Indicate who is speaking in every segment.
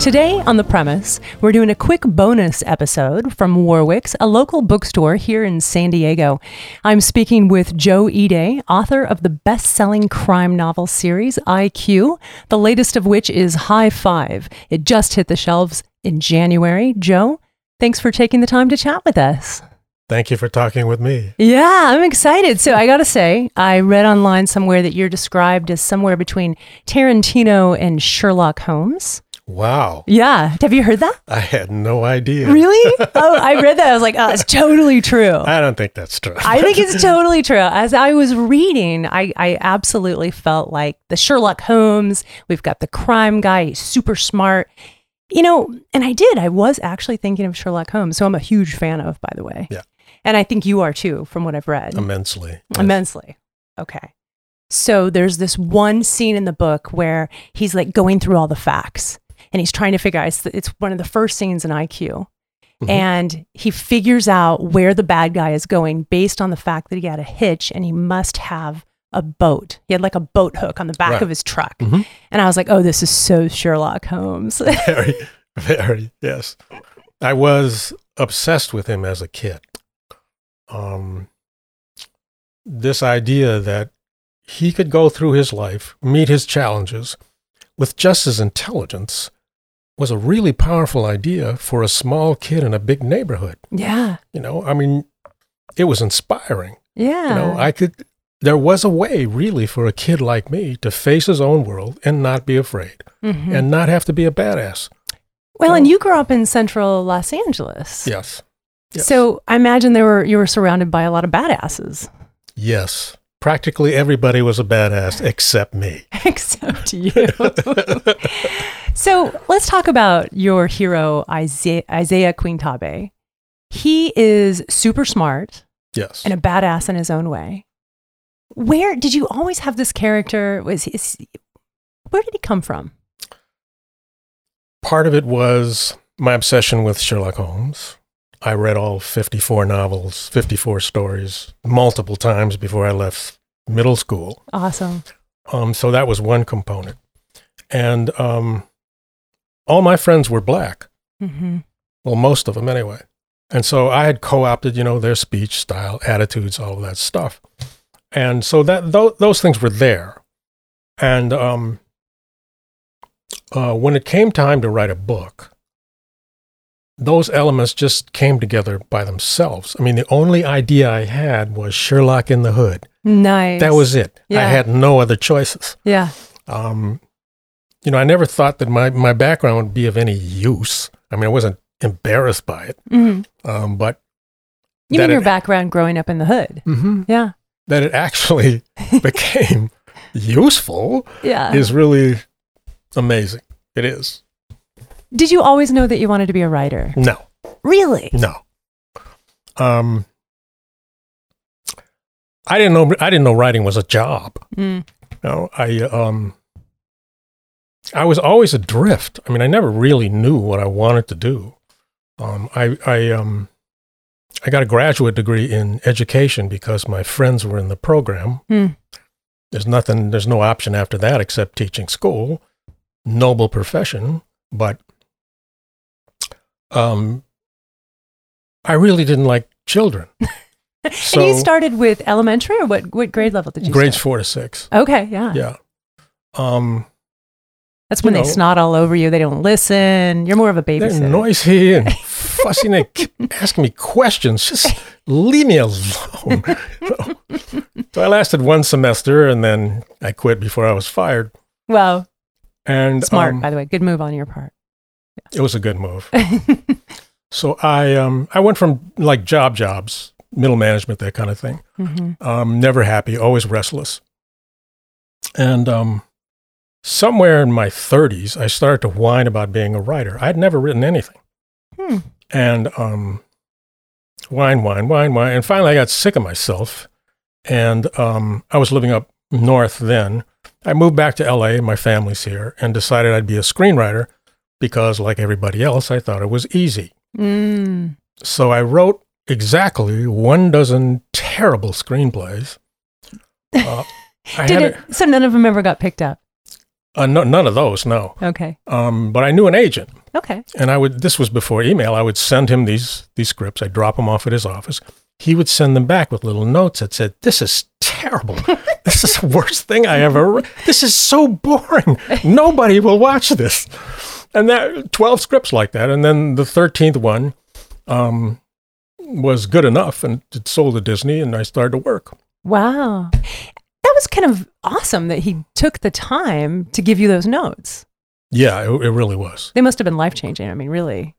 Speaker 1: Today on The Premise, we're doing a quick bonus episode from Warwick's, a local bookstore here in San Diego. I'm speaking with Joe Ide, author of the best selling crime novel series IQ, the latest of which is High Five. It just hit the shelves in January. Joe, thanks for taking the time to chat with us.
Speaker 2: Thank you for talking with me.
Speaker 1: Yeah, I'm excited. So I gotta say, I read online somewhere that you're described as somewhere between Tarantino and Sherlock Holmes.
Speaker 2: Wow.
Speaker 1: Yeah, have you heard that?
Speaker 2: I had no idea.
Speaker 1: Really? Oh, I read that. I was like, oh, it's totally true.
Speaker 2: I don't think that's true.
Speaker 1: I think it's totally true. As I was reading, I, I absolutely felt like the Sherlock Holmes, we've got the crime guy, he's super smart. You know, and I did. I was actually thinking of Sherlock Holmes, who I'm a huge fan of, by the way.
Speaker 2: Yeah.
Speaker 1: And I think you are too, from what I've read.
Speaker 2: Immensely.
Speaker 1: Immensely. Okay. So there's this one scene in the book where he's like going through all the facts and he's trying to figure out it's, it's one of the first scenes in IQ.
Speaker 2: Mhm.
Speaker 1: And he figures out where the bad guy is going based on the fact that he had a hitch and he must have a boat. He had like a boat hook on the back
Speaker 2: Right.
Speaker 1: of his truck.
Speaker 2: Mhm.
Speaker 1: And I was like, oh, this is so Sherlock Holmes.
Speaker 2: Very, very, yes. I was obsessed with him as a kid. Um, this idea that he could go through his life, meet his challenges with just his intelligence was a really powerful idea for a small kid in a big neighborhood.
Speaker 1: yeah.
Speaker 2: You know, I mean, it was inspiring.
Speaker 1: Yeah.
Speaker 2: You know, I could. There was a way, really, for a kid like me to face his own world and not be afraid,
Speaker 1: Mhm.
Speaker 2: and not have to be a badass.
Speaker 1: well, and you grew up in central Los Angeles.
Speaker 2: Yes. Yes.
Speaker 1: So I imagine there were you were surrounded by a lot of badasses,
Speaker 2: Yes. Practically everybody was a badass except me.
Speaker 1: except you. so let's talk about your hero Isaiah, Isaiah Quintabe. He is super smart
Speaker 2: Yes.
Speaker 1: and a badass in his own way. Where did you always have this character? Was he, is, where did he come from?
Speaker 2: Part of it was my obsession with Sherlock Holmes. I read all 54 novels, 54 stories, multiple times before I left middle school.
Speaker 1: Awesome.
Speaker 2: Um, so that was one component. And um, all my friends were black.
Speaker 1: hmm
Speaker 2: Well, most of them anyway. And so I had co opted, you know, their speech, style, attitudes, all of that stuff. And so that th- those things were there. And um, uh, when it came time to write a book, those elements just came together by themselves. I mean, the only idea I had was Sherlock in the Hood.
Speaker 1: Nice.
Speaker 2: That was it. I
Speaker 1: Yeah.
Speaker 2: had no other choices
Speaker 1: yeah.
Speaker 2: um, you know, I never thought that my, my background would be of any use. I mean, I wasn't embarrassed by it,
Speaker 1: Mhm.
Speaker 2: um, but
Speaker 1: You
Speaker 2: That
Speaker 1: mean your
Speaker 2: it-
Speaker 1: background growing up in the hood? Yeah.
Speaker 2: that it actually became useful
Speaker 1: Yeah.
Speaker 2: is really amazing. It is.
Speaker 1: did you always know that you wanted to be a writer?
Speaker 2: No,
Speaker 1: Really?
Speaker 2: no. Um, I didn't know. I didn't know writing was a job.
Speaker 1: Mm.
Speaker 2: No, I um, I was always adrift. I mean, I never really knew what I wanted to do. Um, I I um, I got a graduate degree in education because my friends were in the program.
Speaker 1: Hmm.
Speaker 2: There's nothing. There's no option after that except teaching school. Noble profession, but um, I really didn't like children.
Speaker 1: and you
Speaker 2: So-
Speaker 1: started with elementary, or what? What grade level did you?
Speaker 2: Grades
Speaker 1: Start?
Speaker 2: four to six.
Speaker 1: Okay, yeah.
Speaker 2: Yeah. Um.
Speaker 1: That's when
Speaker 2: you
Speaker 1: they
Speaker 2: know.
Speaker 1: snot all over you. They don't listen. You're more of a
Speaker 2: They're
Speaker 1: babysitter.
Speaker 2: noisy and fussy and they keep asking me questions. Just leave me alone. so, so I lasted one semester and then I quit before I was fired.
Speaker 1: Wow,
Speaker 2: And
Speaker 1: smart
Speaker 2: um,
Speaker 1: by the way. Good move on your part. Mm-hmm.
Speaker 2: it was a good move. So I um I went from like job jobs, middle management, that kind of thing.
Speaker 1: Mhm.
Speaker 2: Um, never happy, always restless. And um, somewhere in my 30s, I started to whine about being a writer. I'd never written anything.
Speaker 1: Hmm.
Speaker 2: And um, whine, whine, whine, whine. And finally, I got sick of myself. And um, I was living up north then. I moved back to LA, my family's here, and decided I'd be a screenwriter because, like everybody else, I thought it was easy.
Speaker 1: Mm.
Speaker 2: So I wrote exactly one dozen terrible screenplays. Uh, I
Speaker 1: Did
Speaker 2: had
Speaker 1: it?
Speaker 2: a-
Speaker 1: So none of them ever got picked up.
Speaker 2: Uh, no, none of those, no.
Speaker 1: Okay.
Speaker 2: Um, but I knew an agent,
Speaker 1: Okay.
Speaker 2: and I would. This was before email. I would send him these these scripts. I'd drop them off at his office. He would send them back with little notes that said, "This is terrible. this is the worst thing I ever. Re- this is so boring. Nobody will watch this." And that twelve scripts like that, and then the thirteenth one um, was good enough, and it sold to Disney, and I started to work.
Speaker 1: Wow. That was kind of awesome that he took the time to give you those notes.
Speaker 2: Yeah, it, it really was.
Speaker 1: They must have been life changing. I mean, really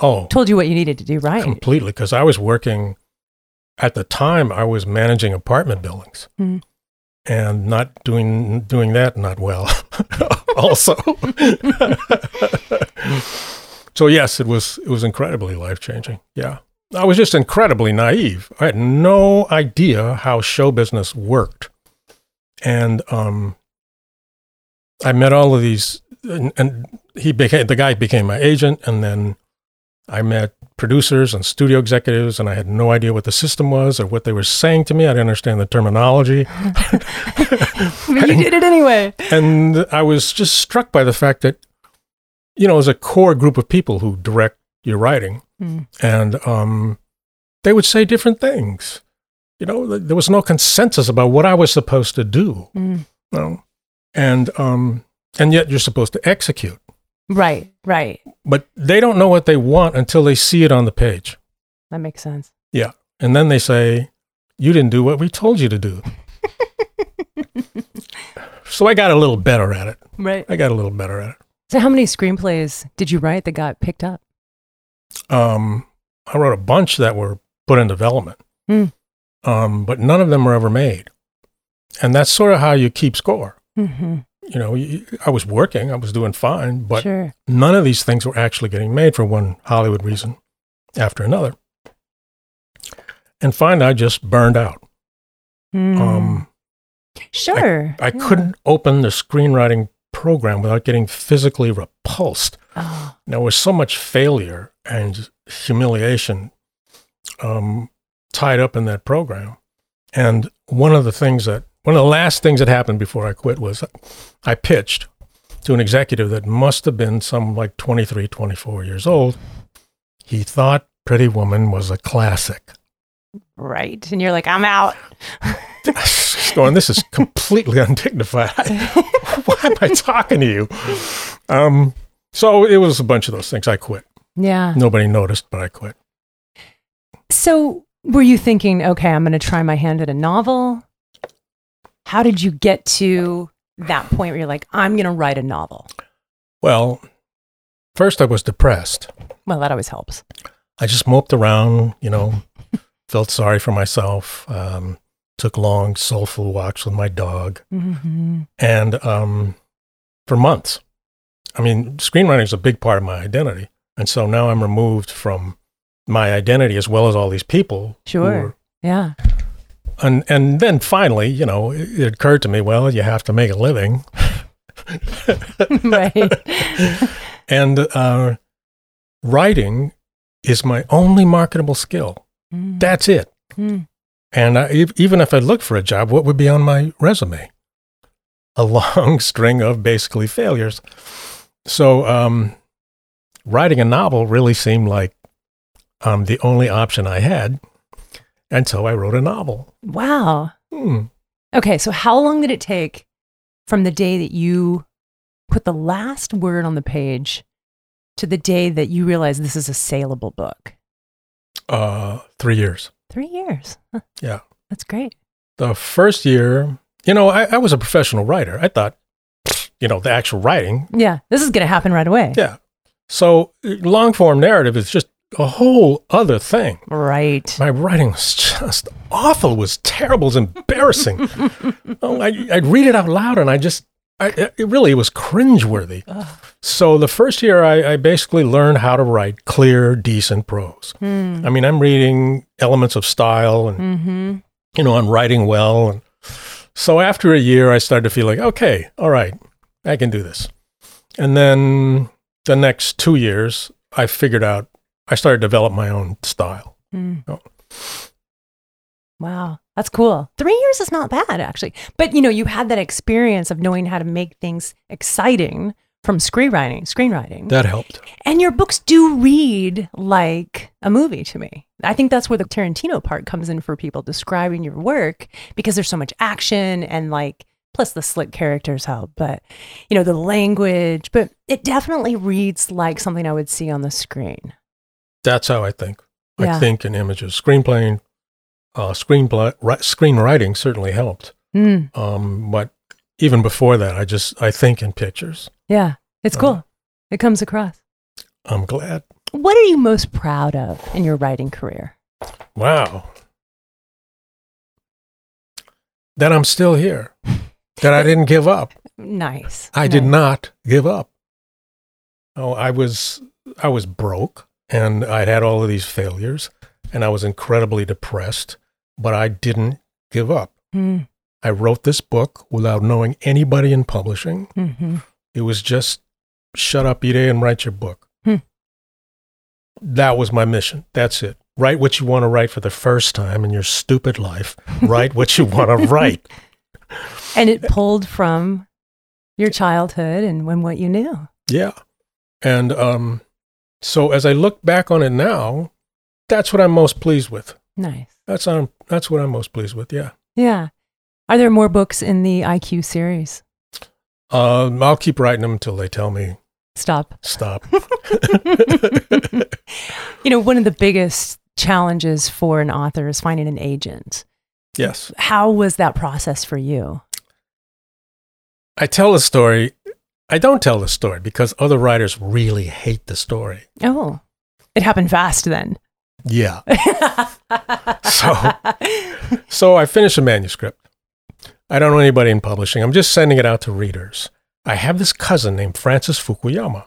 Speaker 2: Oh,
Speaker 1: told you what you needed to do right.
Speaker 2: completely because I was working at the time I was managing apartment buildings
Speaker 1: Hmm.
Speaker 2: and not doing doing that not well also so yes it was it was incredibly life changing yeah I was just incredibly naive I had no idea how show business worked and um I met all of these and, and he became the guy became my agent and then I met producers and studio executives, and I had no idea what the system was or what they were saying to me. I didn't understand the terminology.
Speaker 1: But you did it anyway.
Speaker 2: And I was just struck by the fact that, you know, there's a core group of people who direct your writing,
Speaker 1: Mm.
Speaker 2: and um, they would say different things. You know, th- there was no consensus about what I was supposed to do.
Speaker 1: Mm.
Speaker 2: No. And, um, and yet you're supposed to execute.
Speaker 1: Right. Right.
Speaker 2: But they don't know what they want until they see it on the page.
Speaker 1: That makes sense.
Speaker 2: Yeah. And then they say, You didn't do what we told you to do. so I got a little better at it.
Speaker 1: Right.
Speaker 2: I got a little better at it.
Speaker 1: So, how many screenplays did you write that got picked up?
Speaker 2: Um, I wrote a bunch that were put in development,
Speaker 1: Hmm.
Speaker 2: um, but none of them were ever made. And that's sort of how you keep score.
Speaker 1: Mm-hmm.
Speaker 2: You know, you, I was working, I was doing fine, but
Speaker 1: sure.
Speaker 2: none of these things were actually getting made for one Hollywood reason after another. And finally, I just burned out.
Speaker 1: Mm.
Speaker 2: Um,
Speaker 1: sure.
Speaker 2: I
Speaker 1: Yeah.
Speaker 2: couldn't open the screenwriting program without getting physically repulsed.
Speaker 1: Oh,
Speaker 2: There was so much failure and humiliation um, tied up in that program. And one of the things that, one of the last things that happened before I quit was I pitched to an executive that must have been some like 23, 24 years old. He thought Pretty Woman was a classic.
Speaker 1: right. And you're like, I'm out.
Speaker 2: going, this is completely undignified. Why am I talking to you? Um, so it was a bunch of those things. I quit.
Speaker 1: Yeah.
Speaker 2: Nobody noticed, but I quit.
Speaker 1: So, were you thinking, okay, I'm going to try my hand at a novel? How did you get to that point where you're like, I'm going to write a novel?
Speaker 2: Well, first I was depressed.
Speaker 1: Well, that always helps.
Speaker 2: I just moped around, you know, felt sorry for myself, um, took long, soulful walks with my dog,
Speaker 1: Mm-hmm.
Speaker 2: and um, for months. I mean, screenwriting is a big part of my identity. And so now I'm removed from my identity as well as all these people. who
Speaker 1: Sure.
Speaker 2: were
Speaker 1: Yeah.
Speaker 2: and and then finally, you know, it, it occurred to me, well, you have to make a living,
Speaker 1: right.
Speaker 2: and uh, writing is my only marketable skill.
Speaker 1: Mm,
Speaker 2: That's it.
Speaker 1: mm.
Speaker 2: And I, ev- even if I looked for a job, what would be on my resume? A long string of basically failures. So, um, writing a novel really seemed like um, the only option I had, and so I wrote a novel.
Speaker 1: Wow.
Speaker 2: Hmm.
Speaker 1: Okay. So, how long did it take from the day that you put the last word on the page to the day that you realized this is a saleable book?
Speaker 2: Uh, three years.
Speaker 1: Three years. Huh,
Speaker 2: Yeah.
Speaker 1: That's great.
Speaker 2: the first year, you know, I, I was a professional writer. I thought, you know, the actual writing.
Speaker 1: Yeah. This is going to happen right away.
Speaker 2: Yeah. So long form narrative is just a whole other thing.
Speaker 1: Right.
Speaker 2: My writing was just awful. It was terrible. It was embarrassing. oh, I, I'd read it out loud and I just, I, it really was cringeworthy.
Speaker 1: Ugh.
Speaker 2: So the first year, I, I basically learned how to write clear, decent prose.
Speaker 1: Mm.
Speaker 2: I mean, I'm reading elements of style and
Speaker 1: Mm-hmm.
Speaker 2: you know, I'm writing well. And so after a year, I started to feel like, okay, all right, I can do this. And then the next two years, I figured out, I started to develop my own style.
Speaker 1: Mm. Wow. That's cool. Three years is not bad, actually. But you know, you had that experience of knowing how to make things exciting from screenwriting, screenwriting.
Speaker 2: That helped.
Speaker 1: and your books do read like a movie to me. I think that's where the Tarantino part comes in for people describing your work because there's so much action and like plus the slick characters help, but you know, the language, but it definitely reads like something I would see on the screen.
Speaker 2: That's how I think.
Speaker 1: Yeah.
Speaker 2: I think in images, screenplaying, uh, screenplay, ri- screenwriting certainly helped.
Speaker 1: Mm,
Speaker 2: Um, but even before that, I just I think in pictures.
Speaker 1: yeah. It's
Speaker 2: Uh,
Speaker 1: cool. It comes across.
Speaker 2: I'm glad.
Speaker 1: What are you most proud of in your writing career?
Speaker 2: Wow. That I'm still here. That I didn't give up.
Speaker 1: Nice.
Speaker 2: I did
Speaker 1: Nice.
Speaker 2: not give up. Oh, I was I was broke and I'd had all of these failures and I was incredibly depressed, but I didn't give up.
Speaker 1: Mm,
Speaker 2: I wrote this book without knowing anybody in publishing.
Speaker 1: mhm.
Speaker 2: It was just shut up, Ide, and write your book.
Speaker 1: Hmm.
Speaker 2: That was my mission. That's it. Write what you want to write for the first time in your stupid life. Write what you want to write.
Speaker 1: And it pulled from your childhood and when what you knew.
Speaker 2: Yeah. And um, so as I look back on it now, that's what I'm most pleased with.
Speaker 1: Nice.
Speaker 2: That's um, that's what I'm most pleased with. Yeah.
Speaker 1: Yeah. Are there more books in the IQ series?
Speaker 2: Um, I'll keep writing them until they tell me
Speaker 1: Stop.
Speaker 2: stop.
Speaker 1: You know, one of the biggest challenges for an author is finding an agent.
Speaker 2: yes.
Speaker 1: How was that process for you?
Speaker 2: I tell the story. I don't tell the story because other writers really hate the story.
Speaker 1: Oh, it happened fast then.
Speaker 2: Yeah. so so I finish a manuscript. I don't know anybody in publishing. I'm just sending it out to readers. I have this cousin named Francis Fukuyama.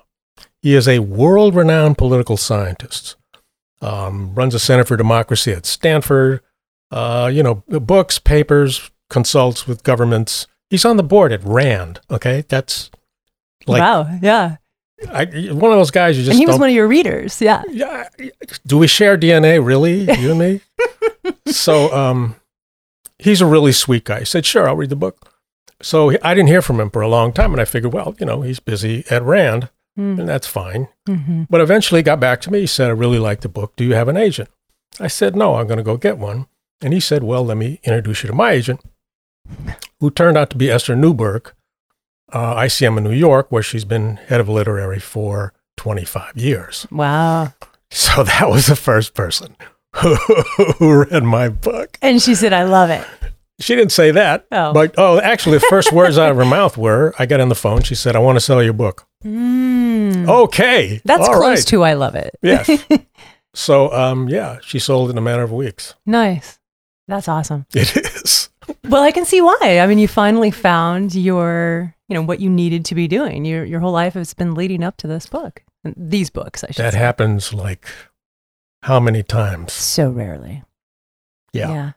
Speaker 2: He is a world-renowned political scientist. Um, runs a Center for Democracy at Stanford. Uh, you know, books, papers, consults with governments. He's on the board at RAND. Okay, that's like
Speaker 1: wow. Yeah.
Speaker 2: I, one of those guys you just
Speaker 1: And he was
Speaker 2: don't-
Speaker 1: one of your readers. Yeah.
Speaker 2: yeah, do we share DNA really, you and me? so um, he's a really sweet guy. He said, "Sure, I'll read the book." So he- I didn't hear from him for a long time, and I figured, well, you know, he's busy at Rand,
Speaker 1: Mm.
Speaker 2: and that's fine.
Speaker 1: Mhm.
Speaker 2: But eventually, he got back to me. He said, "I really like the book. Do you have an agent?" I said, "No, I'm going to go get one." And he said, "Well, let me introduce you to my agent, who turned out to be Esther Newberg, uh, ICM in New York, where she's been head of literary for 25 years."
Speaker 1: Wow.
Speaker 2: So that was the first person who, who read my book.
Speaker 1: And she said, I love it.
Speaker 2: She didn't say that,
Speaker 1: Oh.
Speaker 2: but oh, actually, the first words out of her mouth were, "I got on the phone. She said, I want to sell your book."
Speaker 1: Mm.
Speaker 2: Okay,
Speaker 1: That's
Speaker 2: all
Speaker 1: close
Speaker 2: right.
Speaker 1: to I love it.
Speaker 2: Yes. So, um, yeah, she sold in a matter of weeks.
Speaker 1: Nice. That's awesome.
Speaker 2: It is.
Speaker 1: Well, I can see why. I mean, you finally found your, you know, what you needed to be doing. Your your whole life has been leading up to this book. These books, I should
Speaker 2: That
Speaker 1: say.
Speaker 2: happens like how many times?
Speaker 1: so rarely.
Speaker 2: Yeah.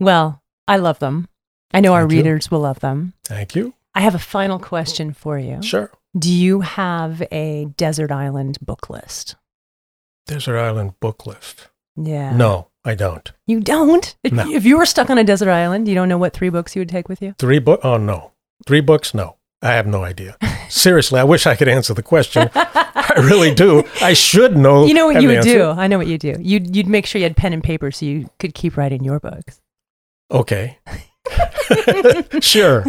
Speaker 1: Well, I love them. I know our
Speaker 2: Thank you.
Speaker 1: readers will love them.
Speaker 2: Thank you.
Speaker 1: I have a final question for you.
Speaker 2: Sure.
Speaker 1: Do you have a desert island book list?
Speaker 2: Desert Island book list.
Speaker 1: Yeah.
Speaker 2: No, I don't.
Speaker 1: You don't? If,
Speaker 2: No.
Speaker 1: if you were stuck on a desert island, you don't know what three books you would take with you?
Speaker 2: Three book? Oh no. Three books? No. I have no idea. Seriously, I wish I could answer the question. I really do. I should know.
Speaker 1: you know what
Speaker 2: have
Speaker 1: you
Speaker 2: the
Speaker 1: would do.
Speaker 2: answer.
Speaker 1: I know what you do. You'd you'd make sure you had pen and paper so you could keep writing your books.
Speaker 2: Okay. sure,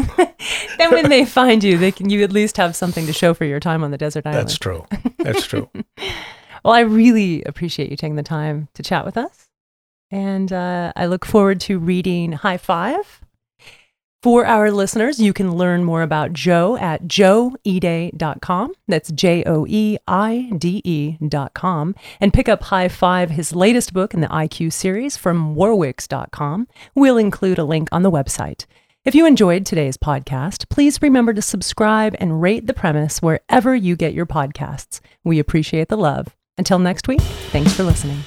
Speaker 1: And when they find you, they can you at least have something to show for your time on the desert island.
Speaker 2: that's true. That's true.
Speaker 1: well, I really appreciate you taking the time to chat with us, and uh, I look forward to reading High Five. For our listeners, you can learn more about Joe at joeide.com. That's J O E I D E.com. And pick up High Five, his latest book in the IQ series from warwicks.com. We'll include a link on the website. If you enjoyed today's podcast, please remember to subscribe and rate the premise wherever you get your podcasts. We appreciate the love. Until next week, thanks for listening.